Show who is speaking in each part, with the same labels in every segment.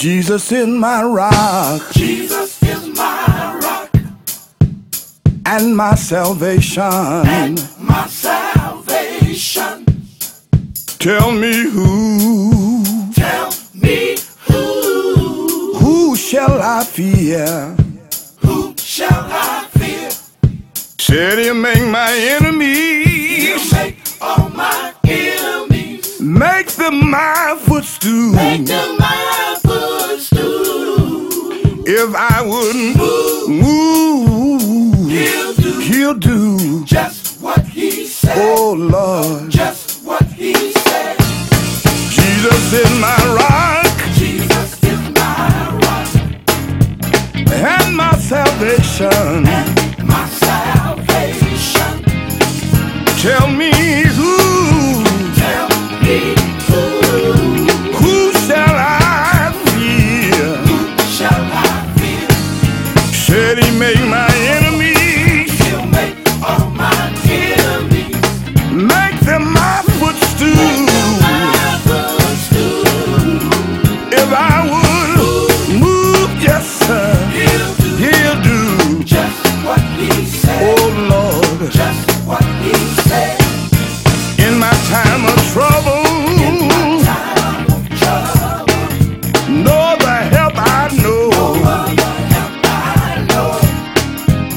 Speaker 1: Jesus is my rock
Speaker 2: Jesus is my rock,
Speaker 1: and my salvation.
Speaker 2: my salvation.
Speaker 1: Tell me who,
Speaker 2: Tell me who,
Speaker 1: who shall I fear?
Speaker 2: who shall I fear?
Speaker 1: Said he make my
Speaker 2: You
Speaker 1: enemies,
Speaker 2: make all my enemies,
Speaker 1: make them my footstool.
Speaker 2: make them my footstool.
Speaker 1: If I wouldn't move,
Speaker 2: He'll do
Speaker 1: he'll do.
Speaker 2: just what he said,
Speaker 1: Oh Lord,
Speaker 2: just what he said.
Speaker 1: Jesus is my rock
Speaker 2: Jesus is my rock,
Speaker 1: and my salvation.
Speaker 2: my salvation.
Speaker 1: Tell me who.
Speaker 2: Tell me who.
Speaker 1: Who shall I fear?
Speaker 2: Who shall I fear?
Speaker 1: Said he make my enemies,
Speaker 2: He'll make all my enemies
Speaker 1: make them my footstool.
Speaker 2: my footstool.
Speaker 1: If I would move, yes, sir,
Speaker 2: He'll do
Speaker 1: he'll do.
Speaker 2: just what he said,
Speaker 1: Oh Lord,
Speaker 2: just what he said.
Speaker 1: in my time of trouble,
Speaker 2: Time of trouble,
Speaker 1: know the help I know.
Speaker 2: all the help I know.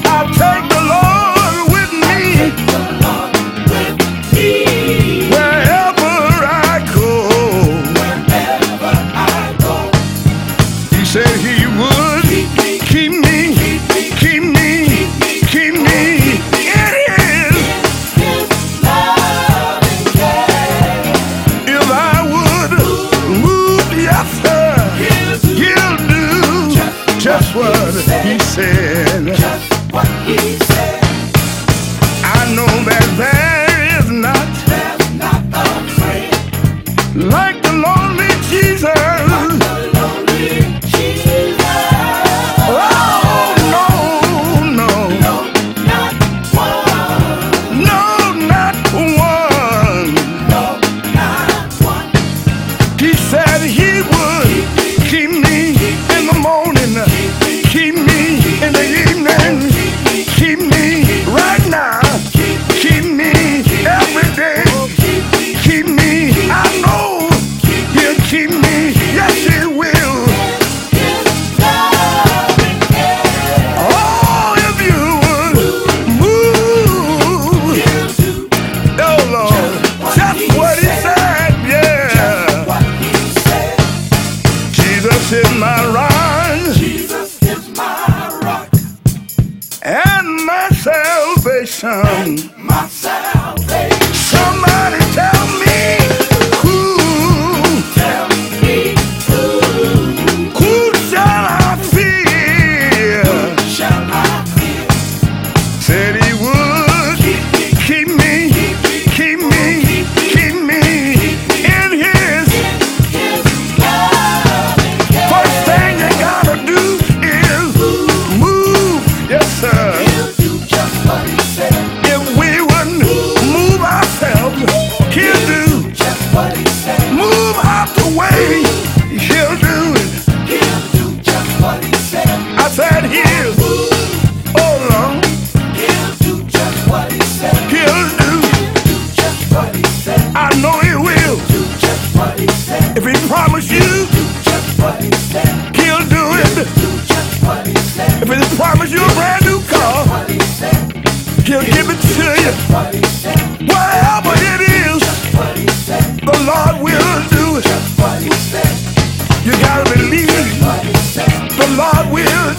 Speaker 1: I'll take the Lord with
Speaker 2: Take
Speaker 1: me
Speaker 2: the Lord with me
Speaker 1: wherever I go.
Speaker 2: wherever I go.
Speaker 1: He said he would.
Speaker 2: Keep me,
Speaker 1: Keep me,
Speaker 2: keep me,
Speaker 1: keep me, keep me. It is
Speaker 2: His love and care.
Speaker 1: if I would move, yes, sir,
Speaker 2: He'll do
Speaker 1: he'll do just what he said.
Speaker 2: just what he said.
Speaker 1: I know that there is not
Speaker 2: There's not a friend
Speaker 1: like the lonely Jesus.
Speaker 2: but only Jesus.
Speaker 1: Oh no, no,
Speaker 2: No, not one.
Speaker 1: no, not one.
Speaker 2: No, not one.
Speaker 1: He said he would keep me in the morning.
Speaker 2: Keep me,
Speaker 1: Keep me in the evening. Keep me right now. Keep me every day.
Speaker 2: keep me,
Speaker 1: Keep me. I know he'll keep me. Yes, he will.
Speaker 2: His love and care.
Speaker 1: Oh, if you would move.
Speaker 2: He'll do
Speaker 1: Oh, Lord. That's what he said. Yeah.
Speaker 2: what he said.
Speaker 1: Jesus is my rock
Speaker 2: Jesus is my rock,
Speaker 1: and my salvation.
Speaker 2: my salvation.
Speaker 1: Somebody tell me who.
Speaker 2: Tell me who
Speaker 1: Who shall I fear?
Speaker 2: shall I fear?
Speaker 1: Said he would
Speaker 2: Keep me,
Speaker 1: keep me,
Speaker 2: keep me,
Speaker 1: keep me, keep me in his.
Speaker 2: His love and care.
Speaker 1: First thing you gotta do is move, yes sir.
Speaker 2: He'll do just what he said.
Speaker 1: If we wouldn't move ourselves, he'll do.
Speaker 2: Just what he said.
Speaker 1: Move out the way, he'll do it.
Speaker 2: He'll do just what he said.
Speaker 1: I said he'll, oh Lord,
Speaker 2: He'll do just what he said.
Speaker 1: he'll do.
Speaker 2: He'll do just what he said.
Speaker 1: I know he will.
Speaker 2: Do just what he said.
Speaker 1: If he promised you.
Speaker 2: Do just what he said.
Speaker 1: He'll do it.
Speaker 2: Do just what he said.
Speaker 1: If he promise you a brand new car,
Speaker 2: What he said.
Speaker 1: he'll give it to you.
Speaker 2: What he said.
Speaker 1: Whatever it is,
Speaker 2: What he said.
Speaker 1: the Lord will do it.
Speaker 2: Just what he said.
Speaker 1: You gotta believe
Speaker 2: What he said.
Speaker 1: the Lord will Oh, Oh,